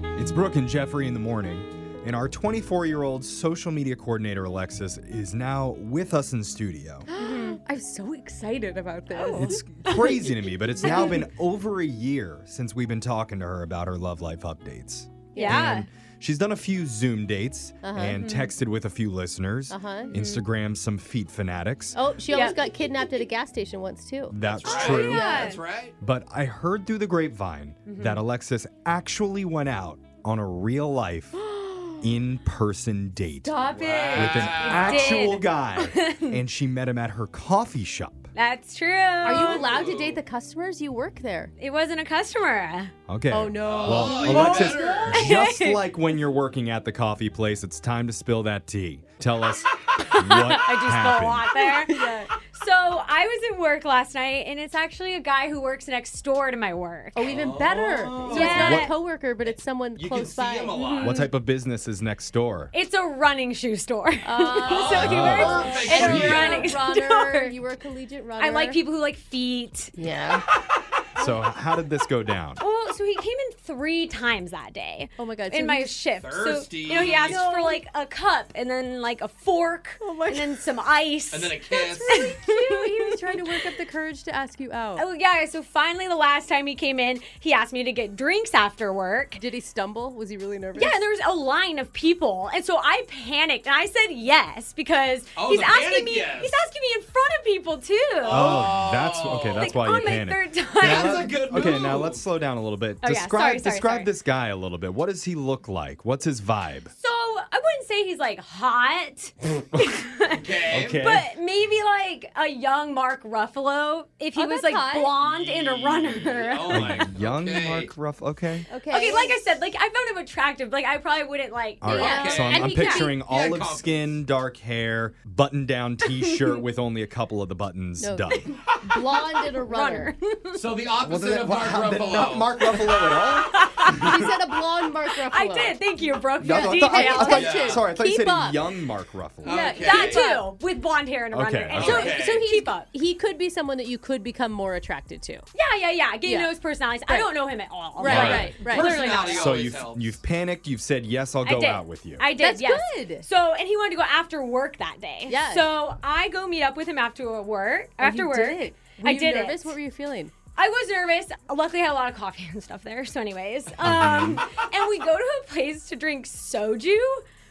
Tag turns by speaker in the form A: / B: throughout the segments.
A: It's Brooke and Jeffrey in the morning, and our 24 year old social media coordinator, Alexis, is now with us in studio.
B: Mm-hmm.
C: I'm so excited about this.
B: Oh.
A: It's crazy to me, but it's now been over a year since we've been talking to her about her love life updates.
D: Yeah.
B: Ah.
A: And she's done a few Zoom dates and texted with a few listeners,
D: Uh-huh.
A: Instagram some feet fanatics.
D: Oh, she
C: Yeah.
D: almost got kidnapped at a gas station once too.
A: That's true.
B: That's right.
A: But I heard through the grapevine that Alexis actually went out on a real life in person date
C: Stop it.
A: with an
E: Ah.
A: actual
C: did.
A: guy. and she met him at her coffee shop.
B: That's true.
D: Are you allowed to date the customers? You work there.
B: It wasn't a customer.
A: Okay.
D: Oh no.
A: Well, Alexis, just like when you're working at the coffee place, it's time to spill that tea. Tell us what
B: I just
A: happened.
B: go a lot there. So I was at work last night, and it's actually a guy who works next door to my work.
D: Oh, even better. So it's not
A: What-
D: a coworker, but it's someone
E: You can
D: close
E: see
D: by.
E: him a lot.
A: What type of business is next door?
B: It's a running shoe store.
D: Uh,
B: so he works.
E: Perfect
B: and
D: you
B: a
D: were
E: idea.
B: running
D: a runner.
B: store.
D: You were a collegiate runner.
B: I like people who like feet.
D: Yeah.
A: So how did this go down?
B: Oh, so he came in three times that day.
D: Oh my God, so
B: In my
D: he's
B: shift.
E: thirsty.
B: So you know, he asked for like a cup, and then like a fork,
D: Oh
B: and then some ice,
E: And then a kiss.
D: he was trying to work up the courage to ask you out.
B: Oh yeah, so finally the last time he came in, he asked me to get drinks after work.
D: Did he stumble? Was he really nervous?
B: Yeah, and there was a line of people, and so I panicked and I said yes because
E: Oh,
B: he's
E: the
B: asking
E: panic
B: me.
E: yes.
B: He's asking me in front of people too.
A: Oh, that's okay. That's
B: like,
A: why
B: on
A: you
B: my
A: panicked.
B: third time.
A: Now
E: That's
A: let-
E: a good
A: Okay,
E: move.
A: now let's slow down a little bit.
B: Oh, yeah.
A: describe
B: Sorry, sorry,
A: describe
B: sorry.
A: this guy a little bit. What does he look like? What's his vibe?
B: So I wouldn't say he's like hot,
A: Eh?
E: Okay.
A: Okay.
B: but maybe like a young Mark Ruffalo if he
D: Oh,
B: was
D: that's
B: like
D: hot.
B: blonde and a runner.
E: Oh my.
A: Young
E: okay.
A: Mark Ruff. Okay.
D: Okay.
B: Okay, like I said, like I found him attractive. Like I probably wouldn't like.
A: All right.
D: Yeah.
A: So I'm,
D: And
A: I'm
D: he got-
A: picturing
E: he had
A: olive
E: confidence.
A: skin, dark hair, button down t shirt with only a couple of the buttons
D: No.
A: done.
D: blonde and a runner.
E: So the opposite of Mark Ruffalo.
A: Not Mark Ruffalo at all?
D: She said a blonde Mark Ruffalo.
B: I did. Thank you, bro. for
A: No,
B: the
A: I thought- I- I
B: detail.
A: thought-
E: Yeah.
A: Sorry, I thought you
D: Keep
A: said
D: up.
A: a young Mark Ruffalo.
D: Yeah,
E: Okay.
B: That too, with blonde hair and a
A: Okay,
B: runner. And
A: okay.
B: so,
E: Okay.
B: so he keep up.
D: He could be someone that you could become more attracted to.
B: Yeah, yeah, yeah. Getting
D: Yeah.
B: to know his personalities. I
D: Right.
B: don't know him at all.
D: Right,
B: Like,
A: right,
D: right.
B: Literally not.
E: Personality
A: So
E: always
A: you've
E: helps.
A: you've panicked. You've said yes, I'll
B: I
A: go
B: did.
A: out with you.
B: I did.
D: That's
B: yes.
D: good.
B: So, and he wanted to go after work that day.
D: Yes.
B: So I go meet up with him after work.
D: Oh, you
B: After work.
D: did it. Were
B: I
D: you
B: did
D: nervous?
B: it.
D: What were you feeling?
B: I was nervous. Luckily, I had a lot of coffee and stuff there. So, anyways, um,
A: Mm-hmm.
B: and we go to a place to drink soju,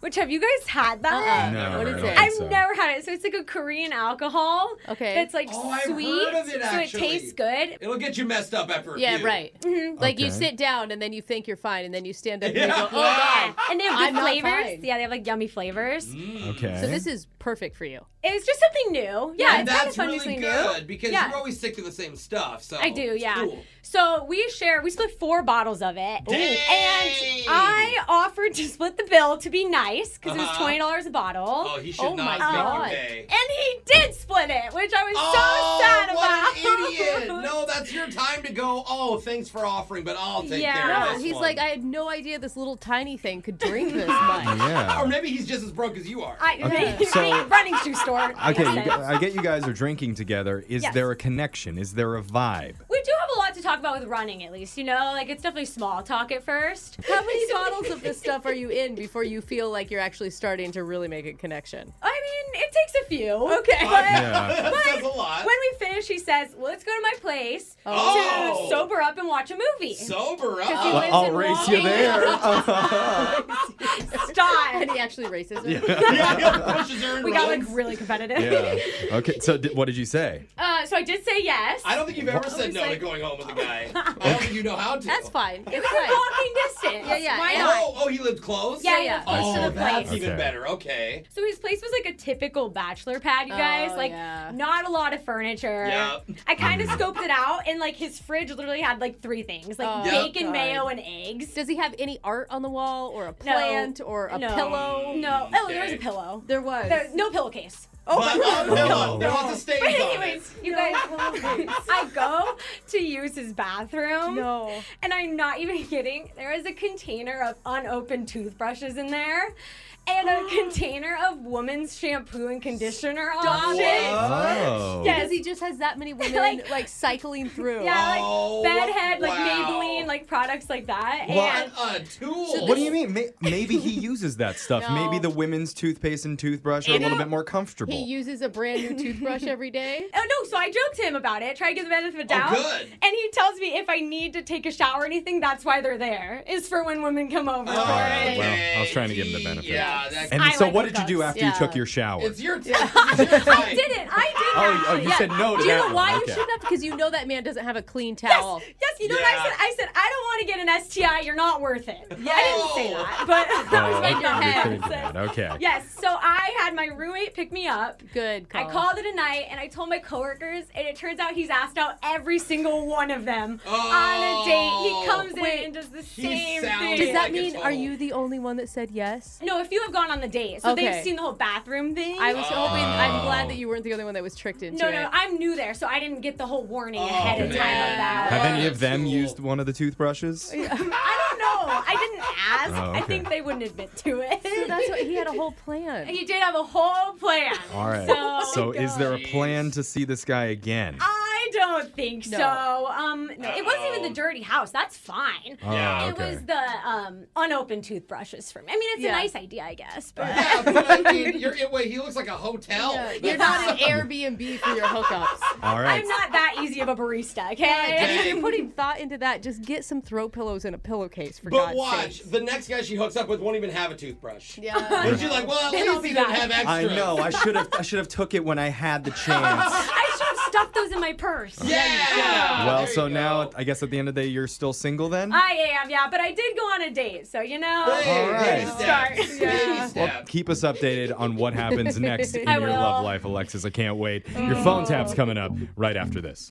B: which have you guys had
D: Uh-uh.
B: that?
A: No,
D: what is
A: no,
D: it?
A: I
B: I've
A: think so.
B: never had it. So it's like a Korean alcohol.
D: Okay.
B: That's like
E: Oh, I've
B: sweet.
E: heard of it,
B: so it
E: actually.
B: tastes good.
E: It'll get you messed up after. a
D: yeah,
E: few.
D: right.
B: Mm-hmm.
D: Like you
A: Okay.
D: sit down and then you think you're fine, and then you stand up and you
E: Yeah.
D: go, "Oh
B: Yeah.
D: god."
B: And they have good
D: I'm not
B: flavors.
D: fine.
B: Yeah, they have like yummy flavors.
E: Mm.
A: okay.
D: So this is perfect for you.
B: It was just something new. Yeah,
E: and
B: it's kind of
E: that's
B: fun to
E: really
B: see
E: good
B: new.
E: because
B: Yeah.
E: you always stick to the same stuff. So
B: I do,
E: it's
B: yeah.
E: Cool.
B: So we share, we split four bottles of it.
E: Dang.
B: And I offered to split the bill to be nice because
E: Uh-huh.
B: it was $20 a bottle. Um,
E: Oh, he should
D: Oh my
E: not
D: God.
E: make you pay.
B: and he did split it, which I was
E: oh,
B: so sad
E: what
B: about.
E: an idiot! No, that's your time to go. Oh, thanks for offering, but I'll take
B: Yeah.
E: care of
D: No,
E: this
D: he's
E: one."
D: like, I had no idea this little tiny thing could drink this much.
A: yeah.
E: or maybe he's just as broke as you are.
B: I,
A: Okay, so-
B: running shoe store.
A: Okay, you
B: Yes.
A: gu- I get you guys are drinking together. Is
B: Yes.
A: there a connection? Is there a vibe?
B: we do have a lot to talk about with running, at least. You know, like it's definitely small talk at first.
D: How many bottles of this stuff are you in before you feel like you're actually starting to really make a connection?
B: I mean, it takes a few. Okay.
A: Yeah.
E: that says a lot.
B: When we finish, he says, "Let's go to my place
E: Oh.
B: to sober up and watch a movie."
E: Sober
B: Does he
E: up.
B: live-
A: I'll
B: in
A: race you
B: Long
A: there.
D: And
B: Stop.
D: he actually races her.
E: yeah, yeah, pushes her in
B: we got like
E: runs.
B: really competitive.
A: yeah. Okay. So did, what did you say?
B: Uh, so I did say yes.
E: I don't think you've ever said
B: was
E: no to
B: like-
E: going home with a guy. I don't think you know how to.
D: That's fine.
B: It
D: It's
B: was in
D: fine.
B: walking distance.
D: Yeah, yeah,
B: Why
D: and
B: not?
E: Oh, oh, he lived close.
B: Yeah, yeah.
D: I
B: Close
E: Oh,
B: to the
E: that's
B: place.
E: even
A: Okay.
E: better. Okay.
B: So his place was like a typical bachelor pad, you guys.
D: Oh,
B: like
D: yeah.
B: not a lot of furniture.
E: Yep.
B: I kind of scoped it out, and like his fridge literally had like three things, like
D: Oh,
B: bacon,
D: God.
B: mayo, and eggs.
D: Does he have any art on the wall or a plant or a
B: no.
D: pillow?
B: No. Oh, there was a
E: Okay.
B: pillow.
D: There was.
B: There- no pillowcase.
E: Oh, but,
A: Oh.
E: oh, no, there was a stain
B: But
E: on it.
B: anyways, you guys, I go to use his bathroom.
D: No.
B: And I'm not even kidding. There is a container of unopened open toothbrushes in there, and a container of woman's shampoo and conditioner on it.
A: Oh.
D: Because he just has that many women like,
B: Like-
D: cycling through.
B: Yeah, like
E: Oh,
B: bedhead, like
E: wow.
B: Maybelline, like products like that.
E: What
B: And
E: a tool.
A: What do you mean? May- Maybe he uses that stuff.
D: No.
A: Maybe the women's toothpaste and toothbrush are a little bit more comfortable.
D: He uses a brand new toothbrush every day.
B: Oh no! So I joked to him about it, try to give the benefit of the
E: Oh,
B: doubt,
E: good.
B: and he tells me if I need to take a shower or anything, that's why they're there. Is for when women come
E: Oh,
B: over for
A: Alright,
B: it.
A: well, I was trying to give him the benefit.
E: Yeah, that,
A: and
B: I
A: so,
B: like
A: what did you do
B: hookups.
A: after you took
D: Yeah.
A: your shower?
E: it's your tip. It's your
B: I
E: type.
B: didn't. I didn't.
A: Oh, oh,
B: actually.
A: you said no to
D: Do you
A: that
D: know
A: one.
D: why you
A: Okay.
D: shouldn't have? Because you know that man doesn't have a clean towel.
B: Yes, yes, you know what
E: Yeah.
B: I said? I said, I don't want to get an STI, you're not worth it. I didn't say
E: No.
B: that, but that was
A: Oh,
B: my
A: okay,
B: thought
A: you're
B: process.
A: thinking that. Okay.
B: Yes, so I had my roommate pick me up.
D: Good call.
B: I called it a night and I told my coworkers, and it turns out he's asked out every single one of them on a date.
E: Oh.
B: He comes in
D: Wait,
B: and does the
E: he
B: same
E: sounds
B: thing.
D: Does that
E: Like a
D: mean
E: total.
D: are you the only one that said yes?
B: no, if you have gone on the date, so
D: Okay.
B: they've seen the whole bathroom thing.
D: I was hoping.
A: Oh.
D: I'm glad that you weren't the only one that was tricked into
B: no,
D: it.
B: no, I'm new there, so I didn't get the whole warning ahead of time
E: Oh, man.
B: of that.
A: Have any
E: What
A: of
E: a
A: them
E: tool.
A: used one of the toothbrushes?
B: I don't know. I didn't ask.
A: Oh,
B: I
A: okay.
B: think they wouldn't admit to it.
D: So that's what he had a whole plan.
B: he did have a whole plan.
A: All right.
B: So,
A: so, is there a
E: Jeez.
A: plan to see this guy again?
B: I don't think
D: No.
B: so. Um, no, it wasn't even
E: Uh-oh.
B: the dirty house. That's fine.
E: Yeah.
A: Oh,
B: It
A: okay.
B: was the um, unopened toothbrushes for me. I mean, it's
D: Yeah.
B: a nice idea, I guess. But
E: Yeah, but I mean, you're, it, wait, he looks like a hotel.
D: Yeah, You're not an Airbnb for your hookups.
A: All right.
B: I'm not that easy of a barista,
D: And
B: okay?
E: Yeah.
D: if you're putting thought into that, just get some throw pillows and a pillowcase for
E: But
D: God's
E: watch,
D: sake.
E: the next guy she hooks up with won't even have a toothbrush.
D: Yeah.
E: But she's like, well, at
B: Then I'll
E: least
B: be
E: he didn't
B: back.
E: have extra.
A: I know. I should have. I should have took it when I had the chance.
B: I should have stuffed those in my purse.
E: Yeah.
A: well,
E: There you
A: so now
E: go.
A: I guess at the end of the day, you're still single then.
B: I am, yeah, but I did go on a date, so you know.
E: Hey,
A: All
E: baby
A: right.
E: steps,
B: Start.
E: baby
D: Yeah.
A: well,
E: steps.
A: keep us updated on what happens next in
B: I
A: your
B: will. Oh.
A: love life, Alexis. I can't wait. Your phone tap's coming up right after this.